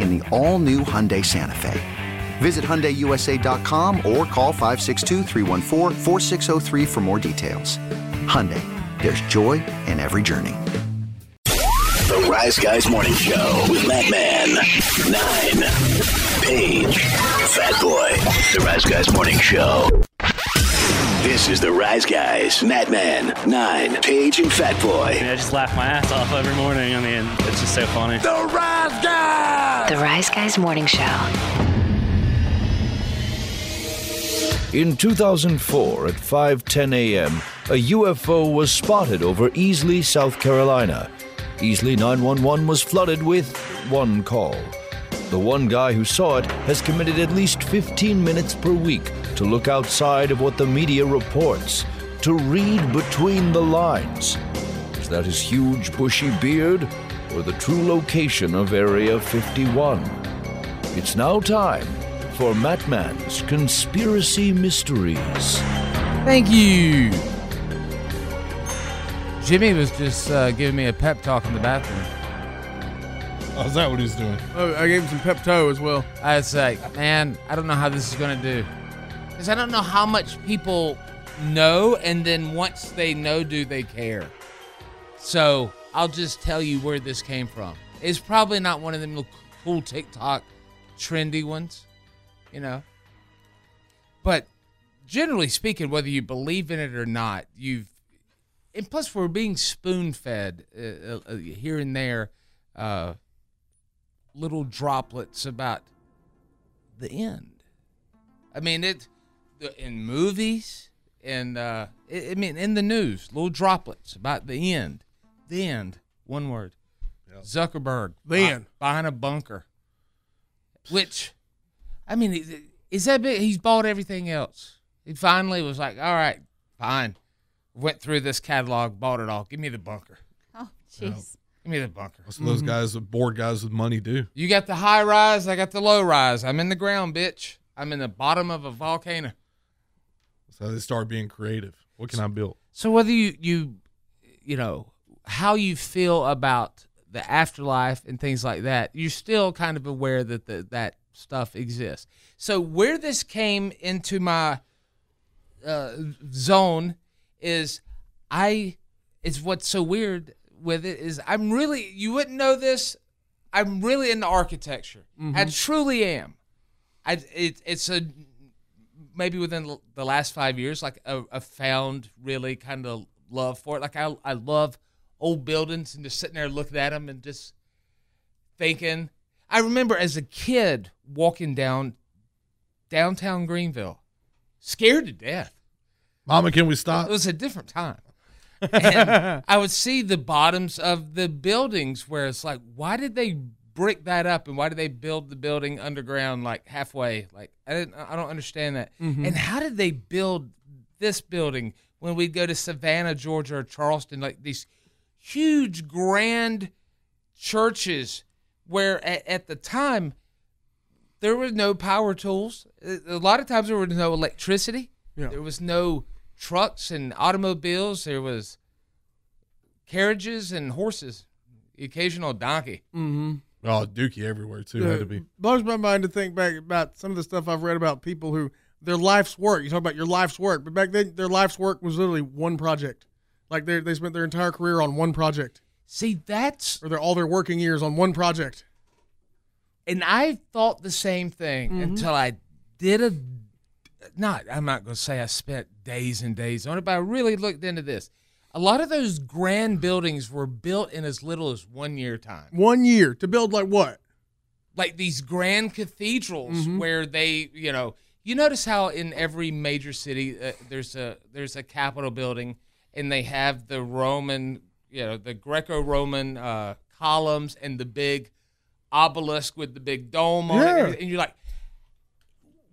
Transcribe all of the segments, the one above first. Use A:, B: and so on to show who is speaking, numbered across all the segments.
A: in the all-new Hyundai Santa Fe. Visit HyundaiUSA.com or call 562-314-4603 for more details. Hyundai, there's joy in every journey.
B: The Rise Guys Morning Show with Matt Man, Nine, Paige, Fat Boy. The Rise Guys Morning Show. This is the Rise Guys, Matt Man, Nine, Paige, and Fat Boy.
C: I just laugh my ass off every morning. I mean, it's just so funny.
B: The Rise Guys!
D: The Rise Guys Morning Show.
E: In 2004, at 5:10 a.m., a UFO was spotted over Easley, South Carolina. Easley 911 was flooded with one call. The one guy who saw it has committed at least 15 minutes per week to look outside of what the media reports, to read between the lines. Is that his huge bushy beard or the true location of Area 51? It's now time for Matman's Conspiracy Mysteries.
F: Thank you. Jimmy was just uh, giving me a pep talk in the bathroom.
G: Oh, is that what he's doing?
H: Oh, I gave him some Pepto as well.
F: I was like, man, I don't know how this is going to do. Because I don't know how much people know, and then once they know, do they care? So I'll just tell you where this came from. It's probably not one of them little cool TikTok trendy ones, you know? But generally speaking, whether you believe in it or not, you've and plus we're being spoon fed uh, uh, here and there uh, little droplets about the end i mean it the- in movies and uh, i I mean in the news little droplets about the end the end one word zuckerberg
H: The
F: bi-
H: end.
F: behind a bunker which i mean is- is that big he's bought everything else he finally was like all right fine went through this catalog, bought it all. Give me the bunker.
I: Oh, jeez.
F: Give me the bunker.
G: That's what those
H: Mm-hmm.
G: guys, bored guys with money, do.
F: You got the high rise, I got the low rise. I'm in the ground, bitch. I'm in the bottom of a volcano.
G: So they start being creative. What can I build?
F: So whether you you you know how you feel about the afterlife and things like that, you're still kind of aware that the, that stuff exists. So where this came into my uh, zone is I is what's so weird with it is I'm really you wouldn't know this. I'm really into architecture. I truly am. I it, it's a maybe within l- the last five years, like a, a found really kind of love for it. Like I, I love old buildings and just sitting there looking at them and just thinking. I remember as a kid walking down downtown Greenville, scared to death.
G: Mama, can we
F: It
G: stop?
F: was a different time. And I would see the bottoms of the buildings where it's like, why did they brick that up and why did they build the building underground like halfway? Like I didn't I don't understand that. And how did they build this building when we'd go to Savannah, Georgia or Charleston, like these huge grand churches where at, at the time there were no power tools. A a lot of times there was no electricity.
H: Yeah.
F: There was no trucks and automobiles. There was carriages and horses, occasional donkey.
G: Oh, Dookie everywhere too. Had to be.
H: blows my mind to think back about some of the stuff I've read about people who their life's work. You talk about your life's work, but back then their life's work was literally one project. Like they they spent their entire career on one project,
F: See, that's
H: or their all their working years on one project.
F: and I thought the same thing until I did a not I'm not going to say I spent days and days on it, but I really looked into this. A lot of those grand buildings were built in as little as one year time.
H: One year to build like what?
F: like these grand cathedrals where they, you know, you notice how in every major city uh, there's a there's a Capitol building and they have the Roman, you know, the Greco-Roman uh, columns and the big obelisk with the big dome on it,
H: Yeah.
F: and, and you're like,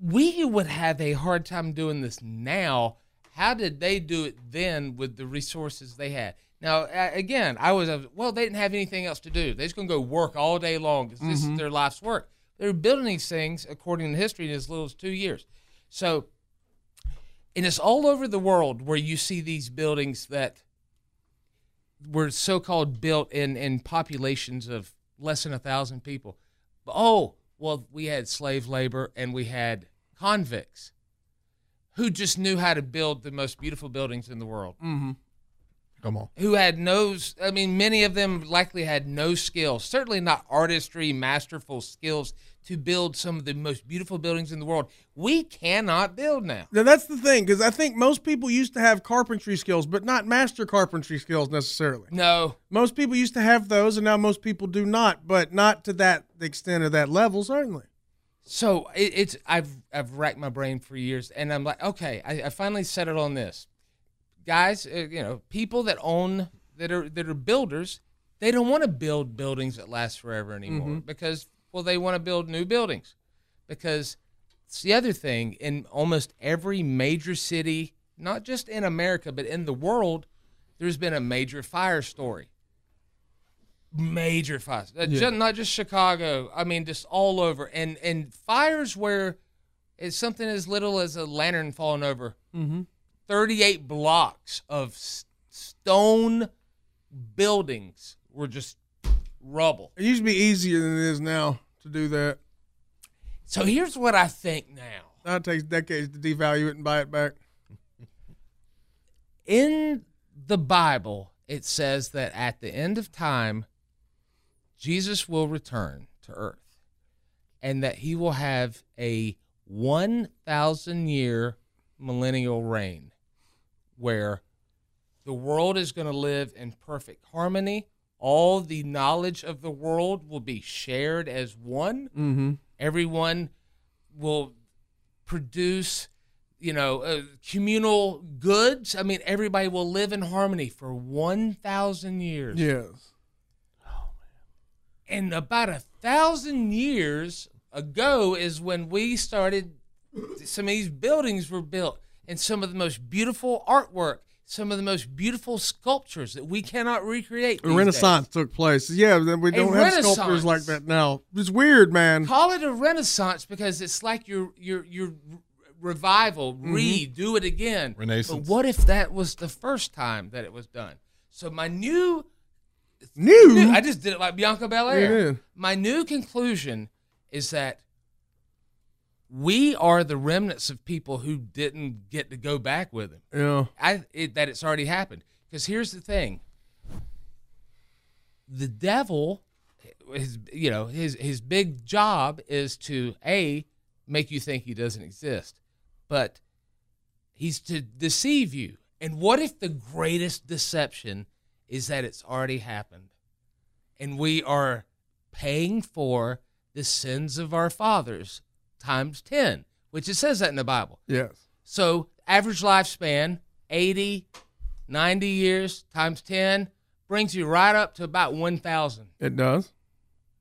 F: we would have a hard time doing this now. How did they do it then with the resources they had? Now, a- again, I was, I was, well, they didn't have anything else to do. They're just going to go work all day long 'cause this is their life's work. They were building these things, according to history, in as little as two years. So, and it's all over the world where you see these buildings that were so-called built in in populations of less than a thousand people. But, oh, well, we had slave labor and we had convicts who just knew how to build the most beautiful buildings in the world.
G: Come on.
F: Who had no, s- I mean, many of them likely had no skills, certainly not artistry, masterful skills to build some of the most beautiful buildings in the world. We cannot build now.
H: Now that's the thing because I think most people used to have carpentry skills, but not master carpentry skills necessarily.
F: No,
H: Most people used to have those, and now most people do not, but not to that the extent of that level, certainly.
F: So it, it's I've I've racked my brain for years, and I'm like, okay, I, I finally settled on this. Guys, uh, you know, people that own that are that are builders, they don't want to build buildings that last forever anymore because well, they want to build new buildings because it's the other thing in almost every major city, not just in America but in the world, there's been a major fire story. Major fires, Uh, ju- not just Chicago. I mean, just all over, and and fires where it's something as little as a lantern falling over. Mm-hmm. Thirty-eight blocks of s- stone buildings were just rubble.
H: It used to be easier than it is now to do that.
F: So here's what I think now.
H: Now it takes decades to devalue it and buy it back.
F: in the Bible, it says that at the end of time, Jesus will return to earth and that he will have a 1,000 year millennial reign where the world is going to live in perfect harmony. All the knowledge of the world will be shared as one.
H: Mm-hmm.
F: Everyone will produce you know uh, communal goods i mean everybody will live in harmony for 1000 years
H: Yes.
F: and about a thousand years ago is when we started some of these buildings were built and some of the most beautiful artwork some of the most beautiful sculptures that we cannot recreate
H: The
F: these
H: Renaissance took place. Yeah, then we
F: A
H: don't have sculptures
F: Renaissance.
H: like that now. It's weird, man.
F: days. call it a renaissance because it's like your your your revival redo it again
G: Renaissance.
F: but what if that was the first time that it was done so my new
H: New.
F: New- I just did it like Bianca Belair.
H: You did.
F: My new conclusion is that we are the remnants of people who didn't get to go back with him.
H: yeah.
F: I it, that it's already happened. Because here's the thing: the devil, his you know his his big job is to a make you think he doesn't exist, but he's to deceive you. And what if the greatest deception is that it's already happened, and we are paying for the sins of our fathers times ten, which it says that in the Bible.
H: Yes.
F: So average lifespan 80, 90 years times 10 brings you right up to about 1,000.
H: It does.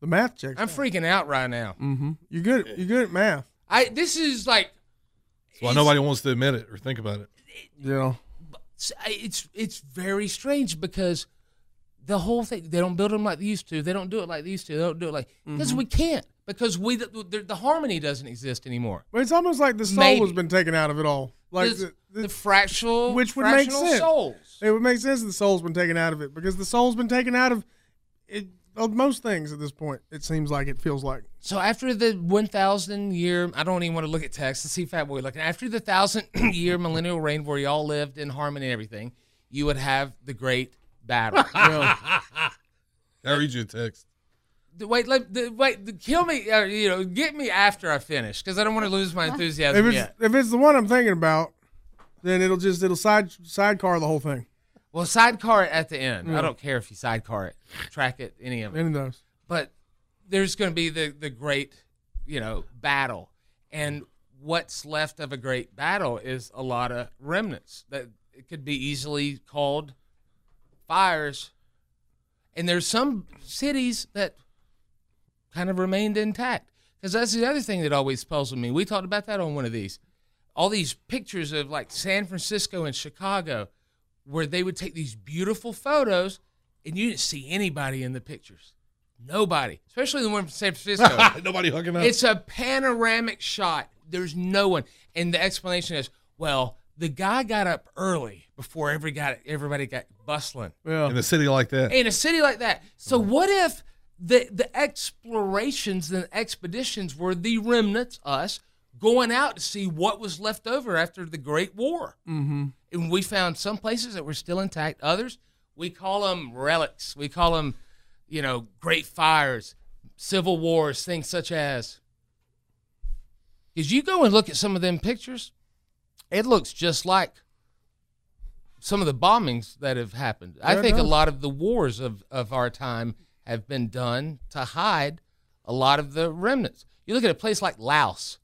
H: The math checks.
F: I'm freaking out right now.
H: mm-hmm. You're good. You're good at math.
F: I this is like
G: That's why nobody wants to admit it or think about it.
H: Yeah.
F: it's- it's it's very strange because
H: Mm-hmm.
F: the whole thing they don't build them like they used to. They don't do it like they used to. They don't do it like because we can't. because we the, the, the harmony doesn't exist anymore.
H: But it's almost like the soul
F: Maybe.
H: has been taken out of it all. Like
F: This-
H: the-
F: the,
H: the-
F: fractional,
H: which would make
F: fractional
H: sense.
F: souls.
H: It would make sense that the soul's been taken out of it because the soul's been taken out of it, of most things at this point. It seems like it feels like.
F: So after the 1,000 year, I don't even want to look at text. Let's see Fat Boy looking. After the 1,000 year millennial reign where y'all lived in harmony and everything, you would have the great battle.
G: I read you a text.
F: The- wait, let, the, wait, the, kill me, uh, you know, get me after I finish because I don't want to lose my
H: If
F: enthusiasm
H: it's
F: yet.
H: if it's the one I'm thinking about, then it'll just it'll side sidecar the whole thing.
F: Well, sidecar it at the end. I don't care if you sidecar it, track it, any of it.
H: Any of those.
F: but there's going to be the the great you know battle and what's left of a great battle is a lot of remnants that it could be easily called fires and there's some cities that kind of remained intact because that's the other thing that always puzzled me we talked about that on one of these all these pictures of like san francisco and chicago where they would take these beautiful photos and you didn't see anybody in the pictures Nobody, especially the one from San Francisco.
G: Nobody hooking up.
F: it's a panoramic shot. There's no one, and the explanation is, well, the guy got up early before every got everybody got bustling
G: in a city like that.
F: in a city like that. So what if the the explorations and expeditions were the remnants, us going out to see what was left over after the Great War, mm-hmm. and we found some places that were still intact. Others we call them relics. We call them, you know, great fires, civil wars, things such as. Because you go and look at some of them pictures, it looks just like some of the bombings that have happened. I think a lot of the wars of, of our time have been done to hide a lot of the remnants. You look at a place like Laos.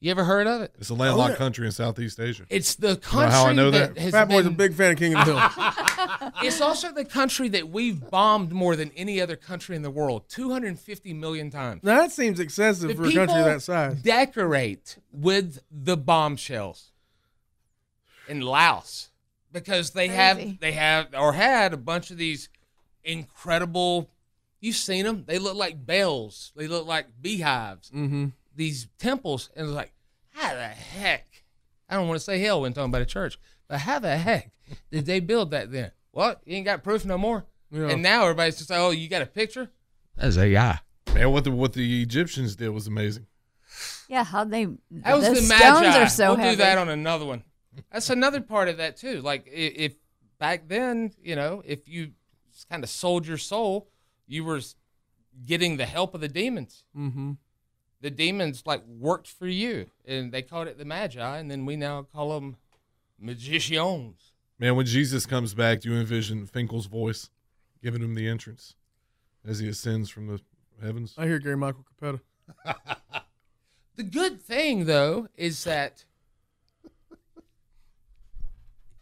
F: You ever heard of it?
G: It's a
H: Oh,
G: landlocked country in Southeast Asia.
F: It's the
G: know
F: country
G: how I know that?
F: has
H: Fat Boy's a
F: been-
H: big fan of King of the Hill.
F: It's also the country that we've bombed more than any other country in the world, 250 million times.
H: now that seems excessive
F: The
H: for a country
F: people
H: that size.
F: Decorate with the bombshells in Laos because they
D: Crazy.
F: have they have or had a bunch of these incredible. You've seen them. They look like bells. They look like beehives. Mm-hmm. These temples and it's like, how the heck? I don't want to say hell when talking about a church, but how the heck did they build that then? Well, you ain't got proof no more. And now everybody's just like, oh, you got a picture? That's AI.
G: Man, what the what the Egyptians did was amazing.
D: Yeah, how they
F: That was
D: those
F: the
D: stones
F: magi.
D: are so
F: we'll
D: heavy.
F: do that on another one. That's another part of that too. Like i- if back then, you know, if you kind of sold your soul, you were s- getting the help of the demons. Mm-hmm. The demons like worked for you, and they called it the magi, and then we now call them magicians.
G: Man, when Jesus comes back, do you envision Finkel's voice giving him the entrance as he ascends from the heavens?
H: I hear Gary Michael Capetta.
F: The good thing though is that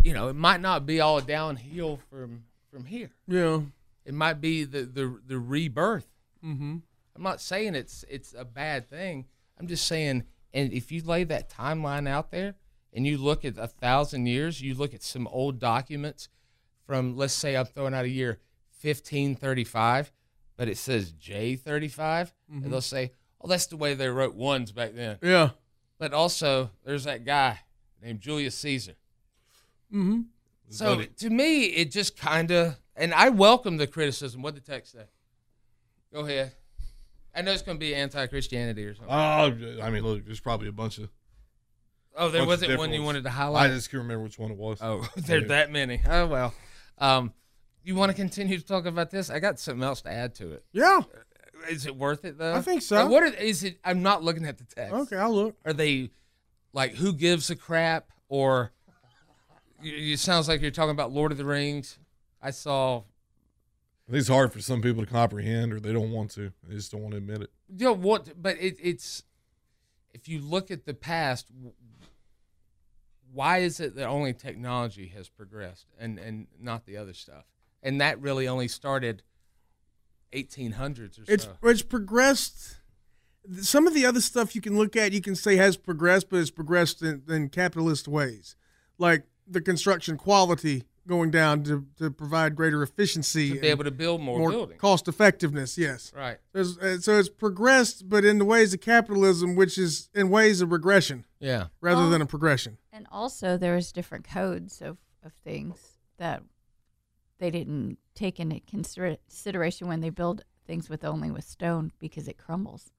F: you know it might not be all downhill from from here.
H: Yeah.
F: It might be the the, the rebirth. Mm-hmm. I'm not saying it's it's a bad thing. I'm just saying, and if you lay that timeline out there, and you look at a thousand years, you look at some old documents from, let's say, I'm throwing out a year 1535, but it says J35, and they'll say, "Oh, that's the way they wrote ones back then."
H: Yeah.
F: But also, there's that guy named Julius Caesar. Mm-hmm. So to me, it just kind of, and I welcome the criticism. What did the text say? Go ahead. I know it's going to be anti-Christianity or something.
G: Oh, I mean, look, there's probably a bunch of.
F: Oh,
G: bunch
F: there
G: of
F: wasn't
G: different
F: one you
G: ones.
F: wanted to
G: I
F: highlight.
G: just can't remember which one it was.
F: oh, there's that many. Oh well. Um, you want to continue to talk about this? I got something else to add to it.
H: Yeah.
F: Is it worth it though?
H: I think so.
F: What are, is it? I'm not looking at the text.
H: Okay, I'll look.
F: are they like who gives a crap or it sounds like you're talking about lord of the rings i saw
G: I think it's hard for some people to comprehend, or they don't want to. They just don't want to admit it.
F: you know what but it, it's if you look at the past w- why is it that only technology has progressed and and not the other stuff and that really only started 1800s or so
H: It's it's progressed. Some of the other stuff you can look at, you can say has progressed, but it's progressed in, in capitalist ways, like the construction quality going down to, to provide greater efficiency,
F: to be
H: and
F: able to build more, buildings.
H: cost effectiveness. Yes,
F: Right.
H: There's, uh, so it's progressed, but in the ways of capitalism, which is in ways of regression
F: Yeah.
H: rather
D: Well-
H: than a progression.
D: And also, there was different codes of, of things that they didn't take into consider- consideration when they build things with only with stone because it crumbles.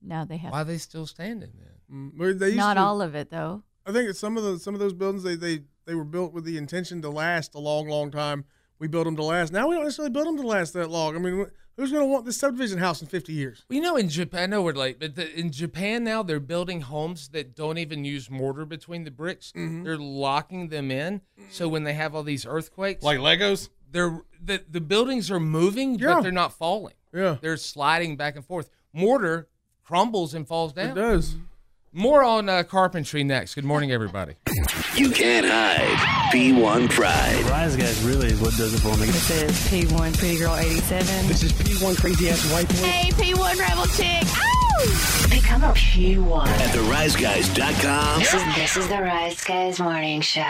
D: Now they have
F: Why are they still standing then?
H: Mm, but they used
D: not
H: to-
D: all of it though.
H: I think that some of the some of those buildings they they they were built with the intention to last a long, long time. We built them to last. Now we don't necessarily build them to last that long. I mean, wh- who's going to want this subdivision house in fifty years?
F: Well, you know, in Japan, I know we're late, but the, in Japan now they're building homes that don't even use mortar between the bricks.
H: Mm-hmm.
F: They're locking them in, so when they have all these earthquakes,
G: Like Legos?
F: they're the, the buildings are moving,
H: Yeah.
F: but they're not falling.
H: Yeah,
F: They're sliding back and forth. Mortar crumbles and falls
H: it
F: down.
H: does.
F: More on uh, carpentry next. Good morning, everybody.
B: You can't hide B1 Pride.
C: Rise guys really is what does it for me.
I: This is P1 Pretty Girl 87.
C: This is P1 crazy ass white boy.
D: Hey, P1 Rebel Chick.
I: Become a P1.
B: At theriseguys.com.
I: This is, this is the Rise Guys Morning Show.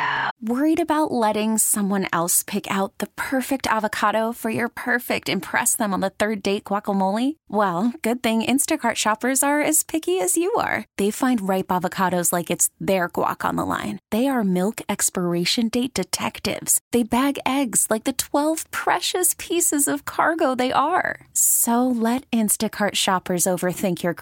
J: Worried about letting someone else pick out the perfect avocado for your perfect impress them on the third date guacamole? Well, good thing Instacart shoppers are as picky as you are. They find ripe avocados like it's their guac on the line. They are milk expiration date detectives. They bag eggs like the 12 precious pieces of cargo they are. So let Instacart shoppers overthink your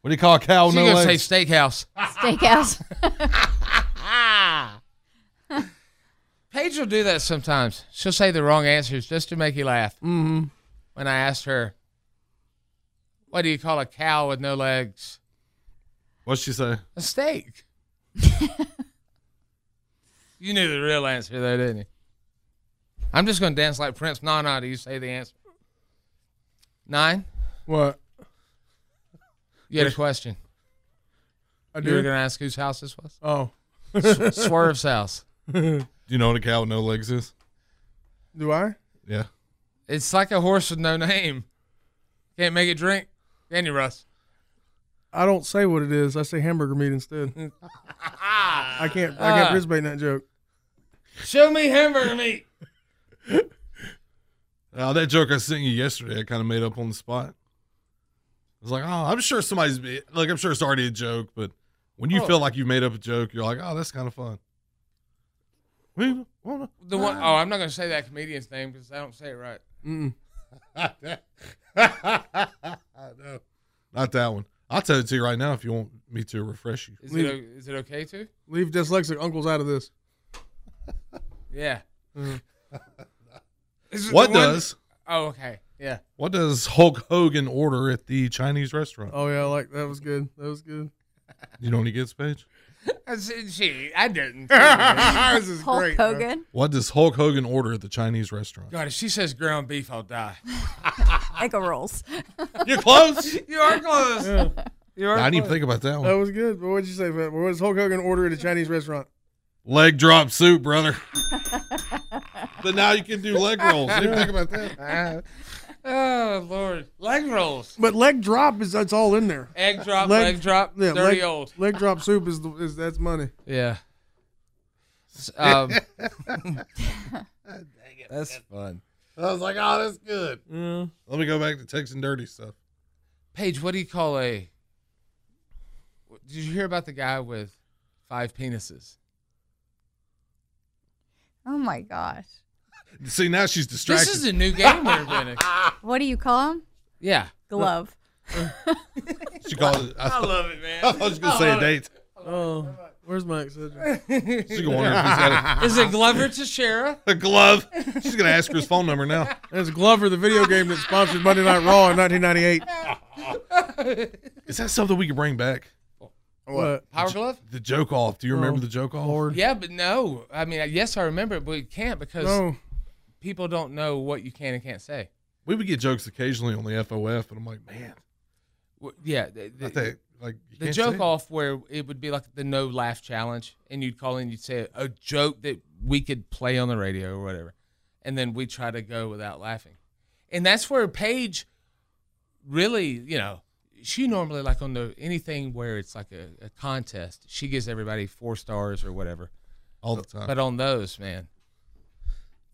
G: What do you call a cow?
F: She's
G: with no
F: gonna
G: legs?
F: say steakhouse.
D: Steakhouse.
F: Ah. Paige will do that sometimes. She'll say the wrong answers just to make you laugh. Mm-hmm. When I asked her, "What do you call a cow with no legs?"
G: What'd she say?
F: A steak. you knew the real answer there, didn't you? I'm just gonna dance like Prince. No, no. Do you say the answer? Nine.
H: What
F: You had a question.
H: I
F: You were
H: do?
F: gonna ask whose house this was.
H: oh,
F: Sw- Swerve's house.
G: Do you know what a cow with no legs is?
H: do I?
G: Yeah.
F: It's like a horse with no name. Can't make it drink. Can you, Russ?
H: I don't say what it is. I say hamburger meat instead. I can't. I can't
F: Ah.
H: participate in that joke.
F: Show me hamburger meat.
G: Uh, that joke I sent you yesterday, I kind of made up on the spot. I was like, oh, I'm sure somebody's like, I'm sure it's already a joke, but when you
F: Oh.
G: feel like you made up a joke, you're like, oh, that's kind of fun. We- well,
F: The one oh, I'm not gonna say that comedian's name because I don't say it right.
G: no, not that one. I'll tell it to you right now if you want me to refresh you.
F: Is it o- is it okay to?
H: Leave dyslexic uncles out of this.
F: Yeah. Is it
G: Mm-hmm. What
F: the one-
G: does
F: Oh, okay. Yeah.
G: what does Hulk Hogan order at the Chinese restaurant?
H: Oh yeah, like that was good. That was good.
G: You know what he gets, Paige?
F: I said, Gee, I didn't.
H: this is
D: Hulk
H: great. bro.
D: Hogan.
G: What does Hulk Hogan order at the Chinese restaurant?
F: God, if she says ground beef, I'll die.
D: Eggo rolls.
G: You're close.
F: You are close. You are.
G: I
F: close.
G: didn't even think about that one.
H: That was good. But what'd you say, Fat? Boy? What does Hulk Hogan order at a Chinese restaurant?
G: Leg drop soup, brother. But now you can do leg rolls. You think about that.
F: oh Lord, leg rolls.
H: But leg drop is that's all in there.
F: Egg drop, leg drop, dirty
H: leg,
F: old.
H: Leg drop soup is the, is that's money.
F: Yeah. Um,
G: That's fun.
H: I was like, oh, that's good.
G: Let me go back to Texan dirty stuff.
F: Paige, what do you call a? Did you hear about the guy with five penises?
D: Oh my gosh.
G: See, now she's distracted.
F: This is a new game we're gonna.
D: What do you call him?
F: Yeah.
D: Glove.
G: She called it.
F: I love it, man.
G: I was going to say a date.
H: Oh, where's my excision?
G: She's going to wonder if he's got
F: Is it Glover Teixeira?
G: a, a glove. She's going to ask for his phone number now.
H: That's Glover, the video game that sponsored Monday Night Raw in 1998.
G: Is that something we could bring back?
H: What?
F: Power glove?
G: The joke off. Do you remember
H: Oh,
G: the joke off?
H: Lord.
F: Yeah, but no. I mean, yes, I remember it, but we can't because
H: No.
F: people don't know what you can and can't say.
G: We would get jokes occasionally on the FOF, but I'm like, man,
F: W- Yeah, the,
G: I
F: the,
G: think like you
F: the
G: can't
F: joke
G: say-
F: off where it would be like the no laugh challenge, and you'd call in, you'd say a joke that we could play on the radio or whatever, and then we try to go without laughing, and that's where Paige really, you know, she normally like on the anything where it's like a, a contest, she gives everybody four stars or whatever.
G: all the time.
F: But on those, man,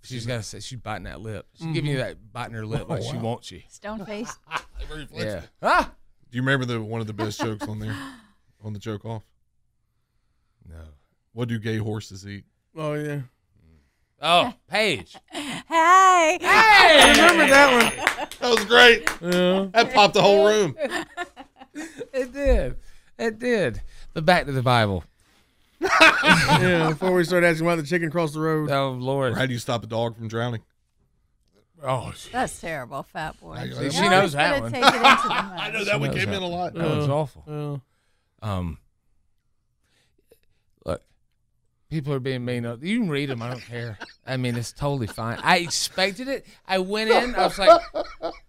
F: she's got to say she's biting that lip. She's
G: Mm-hmm.
F: giving you that biting her lip
G: Oh,
F: like she wants you.
D: Stone face.
F: Yeah. Ah.
G: Do you remember the one of the best jokes on there on the joke off?
F: No.
G: What do gay horses eat?
H: Oh yeah.
F: Oh, Paige.
D: Hey.
H: Remember that one?
G: That was great.
H: Yeah.
G: That popped the whole room.
F: It did. It did. The back to the Bible.
H: Yeah. Before we start asking why the chicken crossed the road.
F: Oh Lord.
G: How do you stop a dog from drowning?
F: Oh,
D: That's terrible, fat boy.
G: See,
F: she
D: Now
F: knows
D: he's
F: that
D: gonna
F: one.
D: Take it into the I
G: know that one came in a lot. Uh.
F: that was awful.
H: Yeah.
F: Um. Look, people are being mean. You can read them. I don't care. I mean, it's totally fine. I expected it. I went in. I was like,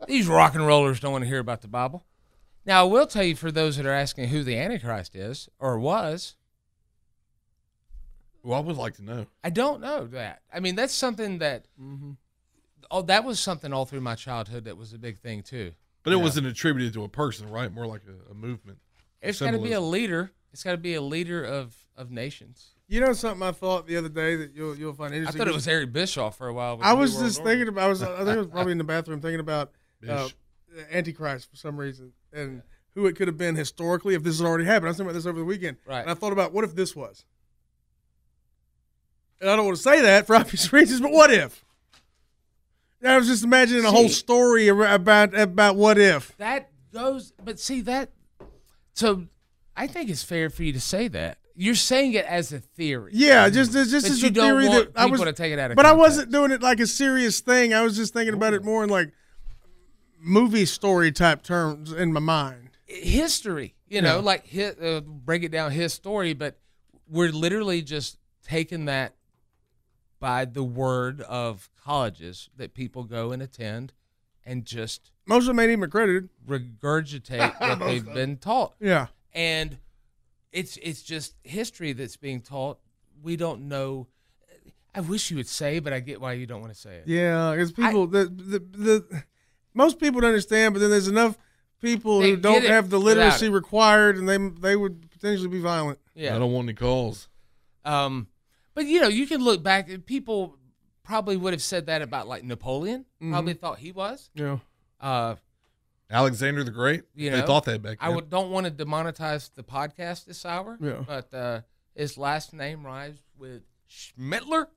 F: these rock and rollers don't want to hear about the Bible. Now, I will tell you for those that are asking who the Antichrist is or was,
G: Well, I would like to know.
F: I don't know that. I mean, that's something that.
G: Mm-hmm.
F: Oh, that was something all through my childhood that was a big thing too.
G: But it wasn't attributed to a person, right? More like a, a movement.
F: It's got to be a
G: Symbolism.
F: leader. It's got to be a leader of of nations.
H: You know something I thought the other day that you'll you'll find
F: I
H: interesting.
F: thought it was Harry Bischoff for a while. with
H: I
F: the New
H: was
F: World
H: just
F: Order.
H: thinking about. I was. I think I was probably in the bathroom thinking about uh,
G: Bish.
H: Antichrist for some reason and who it could have been historically if this had already happened. I was thinking about this over the weekend,
F: Right.
H: And I thought about what if this was. And I don't want to say that for obvious reasons, but what if? And I was just imagining a whole
F: See.
H: story ar- about about what if.
F: that goes but see that so i think it's fair for you to say that you're saying it as a theory
H: Yeah, just this just
F: Mm. But
H: is
F: you
H: a
F: don't
H: theory
F: want
H: that I
F: people
H: was
F: to take it out of
H: But I
F: context.
H: wasn't doing it like a serious thing. I was just thinking about it more in like movie story type terms in my mind.
F: history you know like hi uh, break it down his story but we're literally just taking that by the word of colleges that people go and attend and just
H: Most of them ain't even accredited.
F: regurgitate what they've been taught
H: Yeah.
F: and it's it's just history that's being taught we don't know i wish you would say but i get why you don't want to say it
H: Yeah, because people the, the the most people don't understand, but then there's enough people
F: They
H: who
F: get
H: don't
F: it
H: have the
F: without
H: literacy
F: it.
H: required, and they they would potentially be violent.
G: I don't want any calls.
F: Um, but you know, you can look back. and People probably would have said that about like Napoleon.
G: Mm-hmm.
F: Probably thought he was.
H: Yeah.
F: Uh,
G: Alexander the Great.
F: You
G: they
F: know,
G: thought that back then.
F: I would, don't want to demonetize the podcast this hour.
H: Yeah.
F: But uh, his last name rhymes with Schmittler.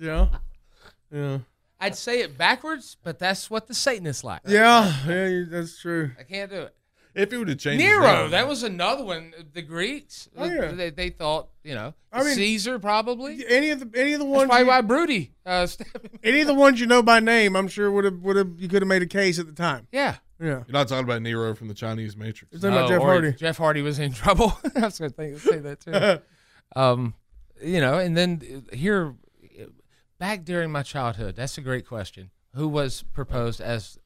H: Yeah. Yeah.
F: I'd say it backwards, but that's what the Satanists like.
H: Yeah. Yeah. you- That's true.
F: I can't do it.
G: if it would have changed. his
F: Nero,
G: name.
F: that was another one. The Greeks,
H: Oh, yeah.
F: they, they thought, you know,
H: I mean-
F: Caesar probably.
H: Any of the any of the
F: That's
H: ones
F: probably
H: you-
F: why Broody. Uh, stabbed-
H: any of the ones you know by name, I'm sure would have would have you could have made a case at the time.
F: yeah.
H: Yeah.
G: You're not talking about Nero from the Chinese Matrix.
H: It's about
F: Oh,
H: Jeff
F: or
H: Hardy.
F: Jeff Hardy was in trouble. I was going to think, say that too. um, you know, and then uh, here, uh, back during my childhood, that's a great question. Who was proposed as?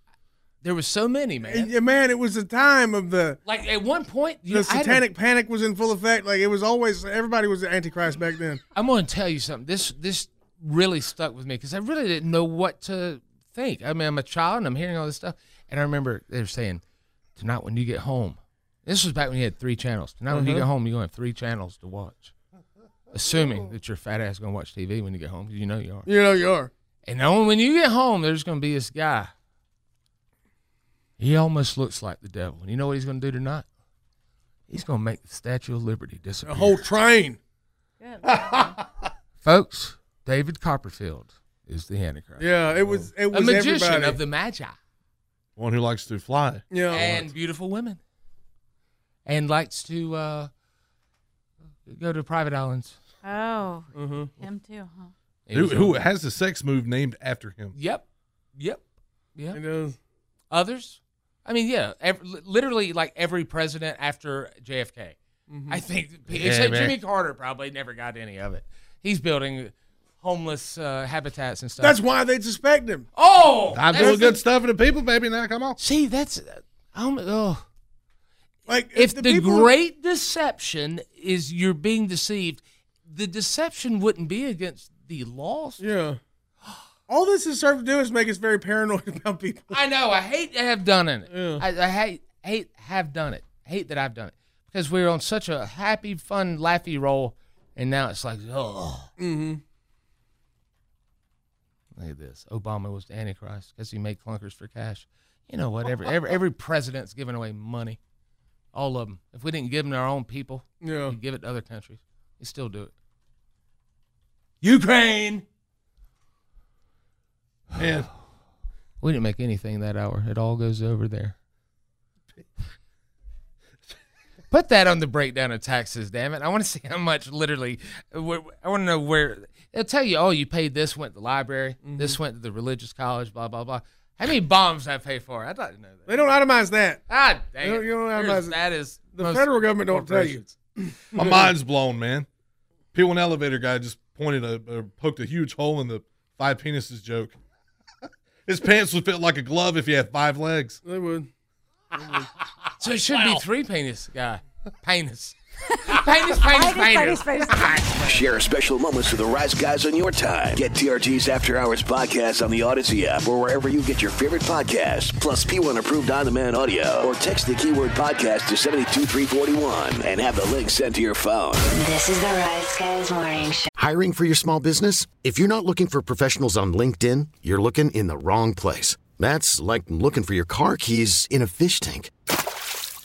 F: There was so many,
H: And,
F: man.
H: yeah, man, it was the time of the
F: Like at one point, you,
H: the
F: I had a-
H: satanic panic was in full effect. Like it was always everybody was the antichrist back then.
F: I'm going to tell you something. This this really stuck with me because I really didn't know what to think. I mean, I'm a child and I'm hearing all this stuff, and I remember they were saying, "Tonight when you get home," this was back when you had three channels. Tonight when you
K: Mhm.
H: Mm-hmm.
F: get home, you're gonna have three channels to watch, assuming that your fat ass gonna watch TV when you get home because you know you are.
H: You know you are.
F: And only when you get home, there's gonna be this guy. He almost looks like the devil, and you know what he's gonna do tonight? He's gonna make the Statue of Liberty disappear.
H: A whole train.
F: Folks, David Copperfield is the Antichrist.
H: Yeah, it was. It was
F: a magician
H: everybody.
F: of the Magi.
G: One who likes to fly.
H: Yeah.
F: and beautiful women, and likes to uh, go to private islands.
D: Oh,
G: Mm-hmm.
D: him too, huh?
G: Who, who has the sex move named after him?
F: Yep, yep, yeah. Others, I mean, yeah, ev- li- literally like every president after JFK.
H: Mm-hmm.
F: I think,
G: Yeah,
F: except
G: man.
F: Jimmy Carter, probably never got any of it. He's building homeless uh, habitats and stuff.
H: That's why they suspect him.
F: Oh,
G: I'm
F: that's
G: doing
F: the-
G: good stuff for the people, baby. Now come on.
F: See, that's I'm oh.
H: Like
F: if
G: the
F: the,
G: people-
F: great deception is you're being deceived, the deception wouldn't be against the laws.
H: Yeah. All this is serving to do is make us very paranoid about people.
F: I know. I hate to have done it. I, I hate hate have done it. Hate that I've done it because we were on such a happy, fun, laughy roll, and now it's like oh.
H: Mm-hmm.
F: Look at this. Obama was the Antichrist because he made clunkers for cash. You know what? Every, every, every president's giving away money. All of them. If we didn't give them to our own people,
H: Yeah.
F: we'd give it to other countries. They still do it. Ukraine!
G: Man.
F: We didn't make anything that hour. It all goes over there. Put that on the breakdown of taxes, damn it. I want to see how much literally. I want to know where. They'll tell you, oh, you paid this, went to the library, this went to the religious college, blah, blah, blah. How many bombs I pay for? I'd like to know that.
H: They don't itemize that.
F: Ah, dang
H: You
F: it.
H: don't- you don't have
F: Here's-
H: much-
F: that is
H: the
F: most
H: federal government don't tell you.
F: corporations.
G: My mind's blown, man. People in elevator guy just pointed a or poked a huge hole in the five penises joke. His pants would fit like a glove if he had five legs.
H: They would.
F: So it should be three penis guy. Penis. penis, penis, penis.
B: Share special moments with the Rise Guys on your time. Get TRT's After Hours podcast on the Odyssey app or wherever you get your favorite podcast. Plus P1 approved on demand audio or text the keyword podcast to 72341 and have the link sent to your phone.
I: This is the Rise Guys Morning Show.
L: Hiring for your small business? If you're not looking for professionals on LinkedIn, you're looking in the wrong place. That's like looking for your car keys in a fish tank.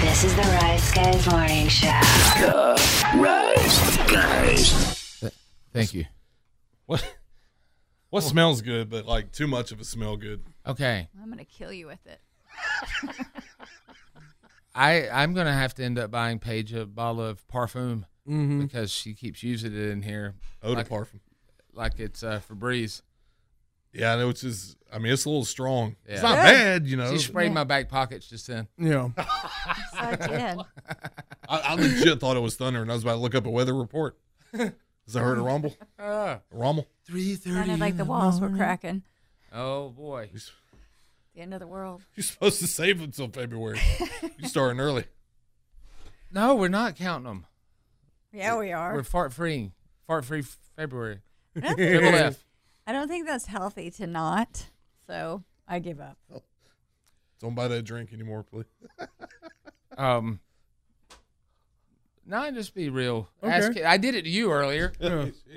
I: This is the Rise Guys Morning Show.
B: The Rise Guys.
F: Thank you.
G: What? What smells good, but like too much of it smell good.
F: Okay.
D: I'm gonna kill you with it.
F: I, I'm going to have to end up buying Paige a bottle of parfum
G: Mhm.
F: because she keeps using it in here.
G: Eau de parfum.
F: Like it's uh, Febreze.
G: Yeah, I know it's just. I mean, it's a little strong. It's
F: Yeah.
G: not bad, you know.
F: She sprayed my back pockets just then.
H: Yeah.
D: I did.
G: I, I legit thought it was thunder, and I was about to look up a weather report. Because I heard a rumble.
F: Uh,
G: A rumble.
F: Three thirty.
D: Sounded like the walls were cracking.
F: Oh boy.
D: The end of the world.
G: You're supposed to save them until February. You're starting early.
F: No, we're not counting them.
D: Yeah, we are.
F: We're fart free. Fart free February.
D: I don't
F: Triple
D: think-
F: F.
D: I don't think that's healthy to not. So I give up.
G: Don't buy that drink anymore, please.
F: Um. No, just be real.
G: Okay.
F: Ask, I did it to you earlier.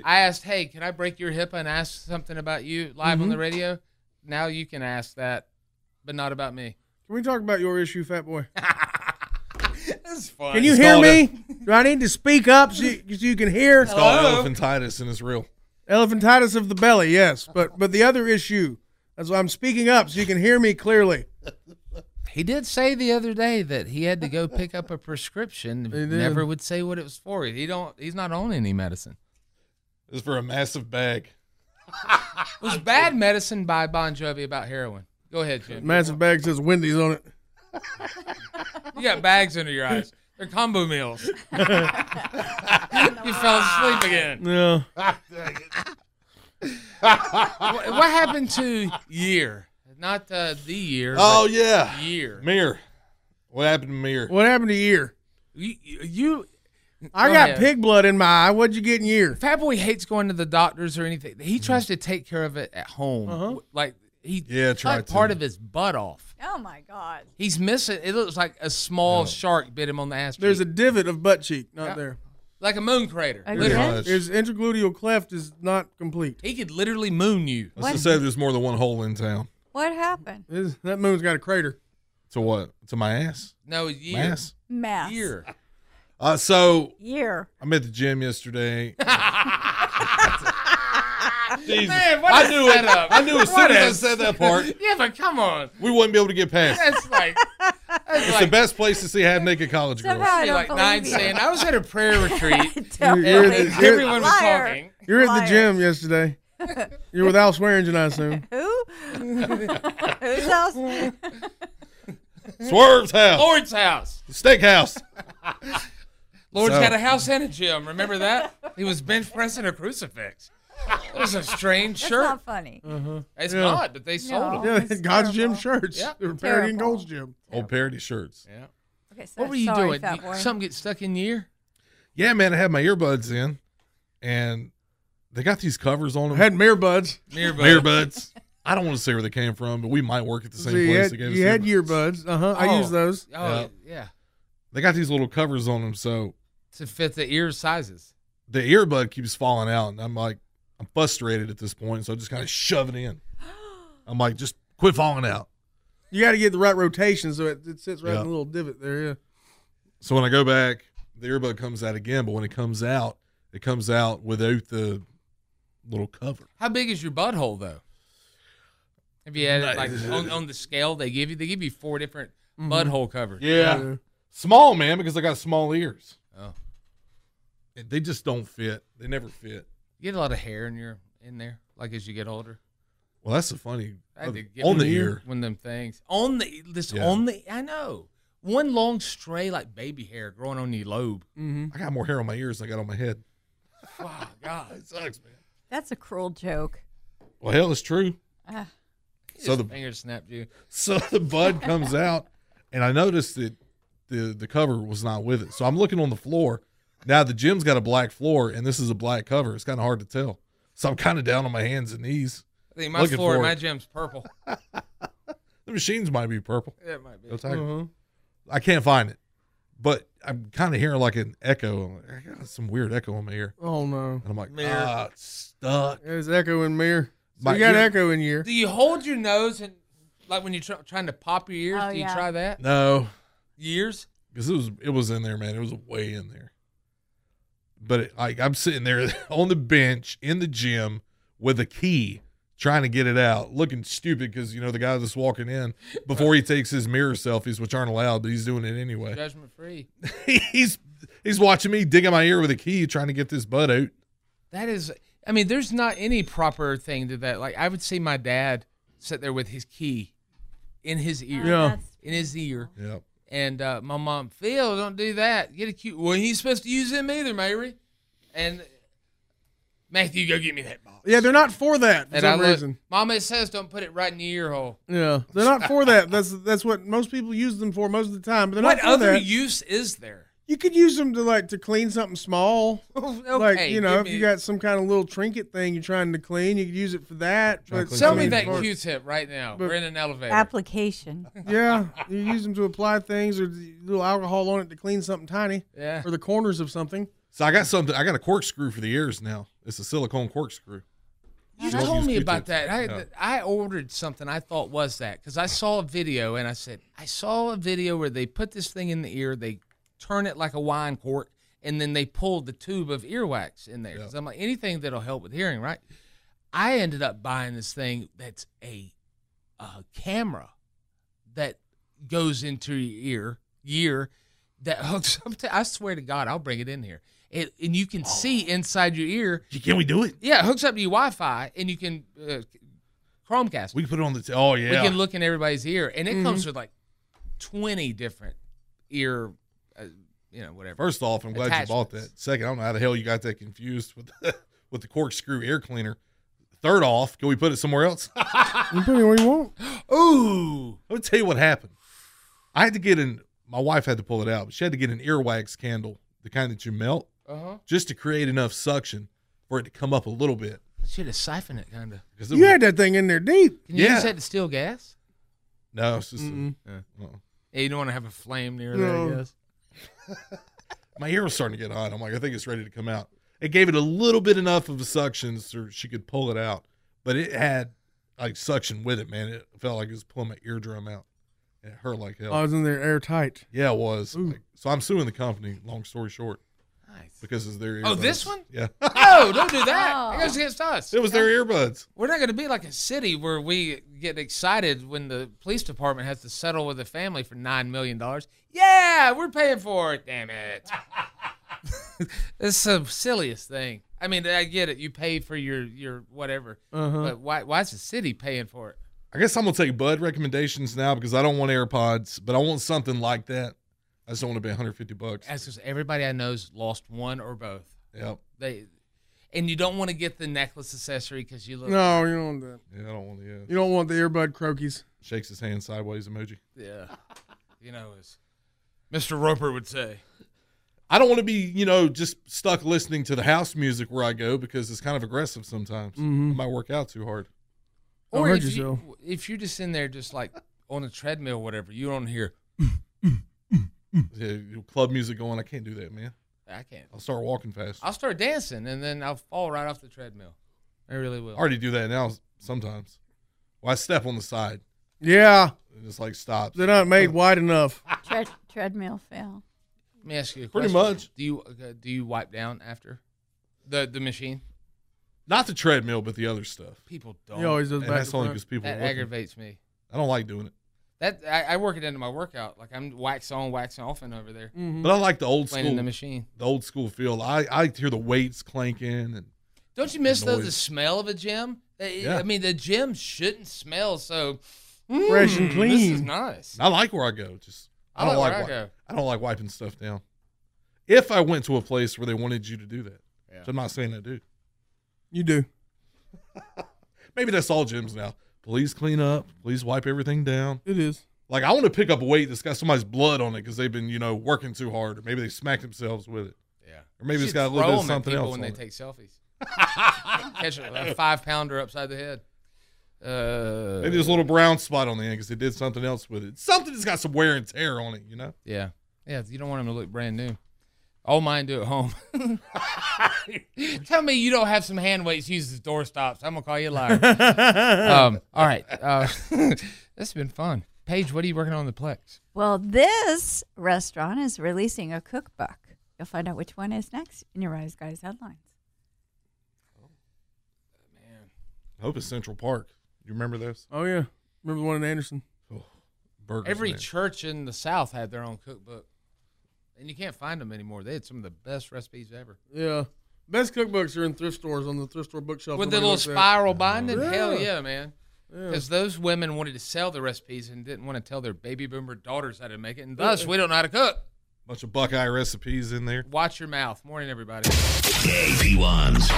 F: I asked, "Hey, can I break your HIPAA and ask something about you live on
H: Mhm.
F: the radio?" Now you can ask that, but not about me.
H: Can we talk about your issue, fat boy?
F: That's fine.
H: Can you
G: It's
H: hear
G: called
H: me? Do I need to speak up so you, so you can hear?
G: It's called elephantitis and it's real.
H: Elephantitis of the belly, yes. But but the other issue, that's why I'm speaking up so you can hear me clearly.
F: He did say the other day that he had to go pick up a prescription.
H: He did.
F: Never would say what it was for. He don't. He's not on any medicine.
G: It's for a massive bag.
F: Was bad medicine by Bon Jovi about heroin? Go ahead, Jim.
H: Massive bag says Wendy's on it.
F: You got bags under your eyes. They're combo meals. you fell asleep again.
H: Yeah.
F: what, what happened to year? Not uh, the year.
G: Oh
F: but
G: yeah,
F: year.
G: Mirror. What happened to Mirror?
H: What happened to year?
F: You, you
H: I
F: Go
H: got
F: ahead.
H: pig blood in my eye. What'd you get in year?
F: Fat boy hates going to the doctors or anything. He
G: Mm-hmm.
F: tries to take care of it at home.
H: Uh-huh.
F: Like he
G: Yeah, try
F: cut
G: to.
F: part of his butt off.
D: Oh my God.
F: He's missing. It looks like a small shark bit him on the ass.
H: There's a
F: cheek.
H: divot of butt cheek, not
F: Yeah.
H: there.
F: like a moon crater.
D: Okay.
F: Literally.
G: much.
H: His intergluteal cleft is not complete.
F: He could literally moon you.
G: Let's just
D: What?
G: say there's more than one hole in town.
D: What happened?
H: His- that moon's got a crater.
G: To what? To my ass.
F: No year.
G: My ass.
D: Mass.
F: Year.
G: Uh, so
D: Year.
G: I'm at the gym yesterday. Jesus.
F: Man, what
G: I
F: a
G: knew it.
F: setup.
G: I knew as
F: What
G: soon as
F: a-
G: I said that part,
F: yeah, but come on.
G: we wouldn't be able to get past. it.
F: That's like that's
G: It's
F: like,
G: the best place to see half naked college girls.
D: Somehow I
F: be
D: don't
F: like
D: believe
F: nine
D: you.
F: saying I was at a prayer retreat.
D: Tell
H: You're-
D: me.
H: you're the- you're-
F: Everyone was
D: Liar.
F: talking.
H: You're at the
D: Liar.
H: gym yesterday. You're with Al Swearingen, I assume.
D: Who? Whose house?
G: Swerve's house,
F: Lord's house.
G: steakhouse.
F: Lord's
G: So-
F: got a house and a gym. Remember that? He was bench pressing a crucifix. It was a strange
D: That's
F: shirt.
D: not funny.
G: Mm-hmm.
F: It's
H: Yeah.
F: not, but they sold
D: No.
F: it.
H: Yeah,
D: Oh, that's
H: God's Gym
D: terrible.
H: shirts.
F: Yeah.
H: They were parodying
D: Terrible.
H: Gold's Gym.
G: Old Oh, parody shirts.
F: Yeah.
D: Okay, so
F: What were you
D: sorry,
F: doing?
D: Fat
F: You-
D: boy.
F: Something get stuck in your ear?
G: Yeah, man, I had my earbuds in, and they got these covers on them.
H: I had mirror buds.
F: Earbud.
G: earbuds. I don't want to say where they came from, but we might work at the same
H: So you
G: place.
H: had,
G: that gave
H: you
G: us
H: had
G: earbuds.
H: earbuds. Uh huh. I
F: Oh.
H: use those.
F: Oh, yeah.
G: They got these little covers on them, so
F: To fit the ear sizes.
G: the earbud keeps falling out, and I'm like, I'm frustrated at this point, so I just kind of shove it in. I'm like, just quit falling out.
H: You got to get the right rotation so it, it sits right
G: Yeah.
H: in the little divot there. Yeah.
G: So when I go back, the earbud comes out again, but when it comes out, it comes out without the little cover.
F: How big is your butthole, though? Have you had it like
G: Nice.
F: on, on the scale they give you? They give you four different
G: Mm-hmm.
F: butthole covers.
H: Yeah.
G: small man, because I got small ears.
F: Oh.
G: And They just don't fit. They never fit.
F: You get a lot of hair in your in there, like as you get older.
G: Well, that's the funny
F: I had to get
G: on
F: me
G: the ear.
F: one of them things on the this
G: Yeah.
F: on the I know one long stray like baby hair growing on your lobe.
H: Mm-hmm.
G: I got more hair on my ears than I got on my head.
F: Wow, God,
G: It sucks, man.
D: That's a cruel joke.
G: Well, hell, it's true.
D: Ah.
G: So the
F: finger snapped you.
G: so the bud comes out, and I noticed that the the cover was not with it. So I'm looking on the floor. Now the gym's got a black floor, and this is a black cover. It's kind of hard to tell. So I'm kind of down on my hands and knees.
F: I think my
G: Looking
F: floor,
G: for
F: at
G: it.
F: my gym's purple.
G: The machines might be purple.
F: It might be.
G: Go Tigers.
H: Uh-huh.
G: I can't find it, but I'm kind of hearing like an echo. I'm like, I got some weird echo in my ear,
H: Oh no.
G: and I'm like,
F: Mirror.
G: ah, it's stuck.
H: There's echo in mirror. So
G: My
H: you got
G: ear-
H: echo in year.
F: Do you hold your nose and like when you're tr- trying to pop your ears?
D: Oh,
F: do you
D: yeah.
F: try that?
G: No,
F: Years?
G: because it was it was in there, man. It was way in there. But it, like I'm sitting there on the bench in the gym with a key, trying to get it out, looking stupid because you know the guy that's walking in before he takes his mirror selfies, which aren't allowed, but he's doing it anyway.
F: Judgment free.
G: he's he's watching me digging my ear with a key, trying to get this butt out.
F: That is, I mean, there's not any proper thing to that. Like I would see my dad sit there with his key in his ear,
H: Yeah.
D: Oh, That's-
F: in his ear,
G: Yep.
F: and uh, my mom, Phil, don't do that. Get a cute. Well, he ain't supposed to use them either, Mary. And Matthew, go get me that ball.
H: Yeah, they're not for that for
F: And I
H: some
F: look,
H: reason.
F: Mama it says don't put it right in the ear hole.
H: Yeah, they're not for that. That's that's what most people use them for most of the time. But they're
F: What
H: not for
F: other
H: that.
F: use is there?
H: you could use them to like to clean something small.
F: Oh, okay,
H: like you know,
F: give
H: if you
F: me-
H: got some kind of little trinket thing you're trying to clean, you could use it for that.
G: Try to
H: But,
G: clean
H: I
F: Sell me
H: mean,
F: that
H: for-
F: Q-tip right now.
H: but-
F: We're in an elevator.
D: Application.
H: Yeah, you use them to apply things or the little alcohol on it to clean something tiny
F: Yeah.
H: or the corners of something.
G: So I got something. I got a corkscrew for the ears now. It's a silicone corkscrew.
F: You
G: Don't
F: told
G: use
F: me about
G: Q-tips.
F: that. I,
G: No.
F: I ordered something I thought was that because I saw a video and I said, I saw a video where they put this thing in the ear, they turn it like a wine cork, and then they pulled the tube of earwax in there. 'Cause I'm like, anything that'll help with hearing, right? I ended up buying this thing that's a, a camera that goes into your ear, ear that hooks up to, I swear to God, I'll bring it in here. It, and you can see inside your ear.
G: Can we do it?
F: Yeah, it hooks up to your Wi Fi and you can uh, Chromecast.
G: We can put it on the. T- oh yeah.
F: We can look in everybody's ear, and it
G: Mhm.
F: comes with like twenty different ear, uh, you know, whatever.
G: First off, I'm glad you bought
F: attachments.
G: that. Second, I don't know how the hell you got that confused with the, with the corkscrew air cleaner. Third off, can we put it somewhere else?
H: You put it where you want.
F: Ooh.
G: Let me tell you what happened. I had to get an. My wife had to pull it out. But she had to get an earwax candle, the kind that you melt,
F: Uh-huh.
G: just to create enough suction for it to come up a little bit.
F: Should have siphoned it, kind of.
G: Because
H: You had that thing in there deep.
F: Can you use that to steal gas?
G: No, it's just. a-
F: Mm-mm.
G: uh-uh.
F: Yeah, you don't want to have a flame near there.
G: No.
F: I guess.
G: my ear was starting to get hot. I'm like, I think it's ready to come out. It gave it a little bit enough of a suction so she could pull it out, but it had like suction with it, man. It felt like it was pulling my eardrum out. And it hurt like hell.
H: I was Oh, in there airtight.
G: Yeah, it was. Like, so I'm suing the company. Long story short,
F: nice
G: because it's their. Earbuds.
F: Oh, this one?
G: Yeah,
F: no, don't do that. It goes against us.
G: it was their earbuds.
F: We're not going to be like a city where we get excited when the police department has to settle with a family for $9 million. Yeah, we're paying for it. Damn it. it's the silliest thing. I mean, I get it. You pay for your, your whatever.
G: Uh-huh.
F: But why, why is the city paying for it?
G: I guess I'm gonna take Bud recommendations now because I don't want AirPods, but I want something like that. I just don't want to pay 150 bucks.
F: That's because everybody I know's lost one or both.
G: Yep.
F: They, and you don't want to get the necklace accessory because you look.
H: No, you don't want that.
G: Yeah, I don't want uh, to. Yeah.
H: You don't want the earbud croakies.
G: Shakes his hand sideways emoji.
F: Yeah. You know, as Mr. Roper would say.
G: I don't want to be, you know, just stuck listening to the house music where I go because it's kind of aggressive sometimes. I
H: Mhm.
G: might Mm-hmm. work out too hard.
H: I
F: Or
H: heard
F: if
H: you,
F: you,
H: Joe.
F: if you're just in there, just like on a treadmill, whatever, you don't hear.
G: Yeah, club music going. I can't do that, man.
F: I can't.
G: I'll start walking fast.
F: I'll start dancing, and then I'll fall right off the treadmill. I really will.
G: I already do that now sometimes. Well, I step on the side
H: Yeah,
G: and it's like stops. Uh,
H: they're not made wide enough.
D: Tread, treadmill fail.
F: Let me ask you a
G: Pretty
F: question.
G: much.
F: Do you uh, do you wipe down after the the machine?
G: Not the treadmill, but the other stuff.
F: People don't.
H: always does
G: And
H: back
G: that's
H: to
G: only
H: front.
G: because people.
F: that
G: are looking.
F: aggravates me.
G: I don't like doing it,
F: That I, I work it into my workout. Like I'm wax on, wax off, and over there.
H: Mm-hmm.
G: but I like the old
F: Playing in
G: school.
F: the machine.
G: The old school feel. I I hear the weights clanking and
F: Don't you miss though the
G: Noise.
F: smell of a gym? They-
G: Yeah.
F: I mean, the gym shouldn't smell so
H: Fresh and
F: "Mm, This is
H: clean."
F: nice.
G: I like where I go. Just I,
F: I
G: don't like
F: like where I
G: wi-
F: go.
G: I don't like wiping stuff down. If I went to a place where they wanted you to do that,
F: Yeah.
G: which I'm not saying I do.
H: You do.
G: Maybe that's all gyms now. Please clean up. Please wipe everything down.
H: It is.
G: Like I want to pick up a weight that's got somebody's blood on it because they've been you know working too hard, or maybe they smacked themselves with it,
F: Yeah.
G: or maybe
F: You
G: it's
F: should
G: got a
F: throw
G: little bit of
F: 'em at
G: something
F: people
G: else.
F: when
G: on
F: they
G: it.
F: take selfies. Catch a a five pounder upside the head. Uh,
G: Maybe there's a little brown spot on the end because they did something else with it. Something that's got some wear and tear on it, you know.
F: Yeah, yeah. You don't want them to look brand new. All mine do at home. Tell me you don't have some hand weights used as door stops. I'm gonna call you a liar. um, all right, uh, this has been fun. Paige, what are you working on the Plex?
D: Well, this restaurant is releasing a cookbook. You'll find out which one is next in your Rise Guys headlines.
G: I hope it's Central Park. You remember this?
H: Oh yeah. Remember the one in Anderson?
G: Burgers,
F: Every
G: man.
F: church in the South had their own cookbook, and you can't find them anymore. They had some of the best recipes ever.
H: Yeah. Best cookbooks are in thrift stores on the thrift store bookshelf.
F: With the
H: Nobody
F: little
H: looks at
F: spiral binding? Hell
H: Yeah.
F: yeah, man. Because those women wanted to sell the recipes and didn't want to tell their baby boomer daughters how to make it. And thus, we don't know how to cook.
G: bunch of Buckeye recipes in there.
F: Watch your mouth. Morning, everybody.
B: AP1s.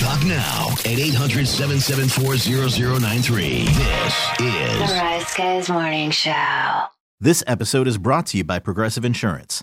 B: Talk now at 800 774 0093. This
I: The
B: is
I: Rise Guys Morning Show.
M: This episode is brought to you by Progressive Insurance.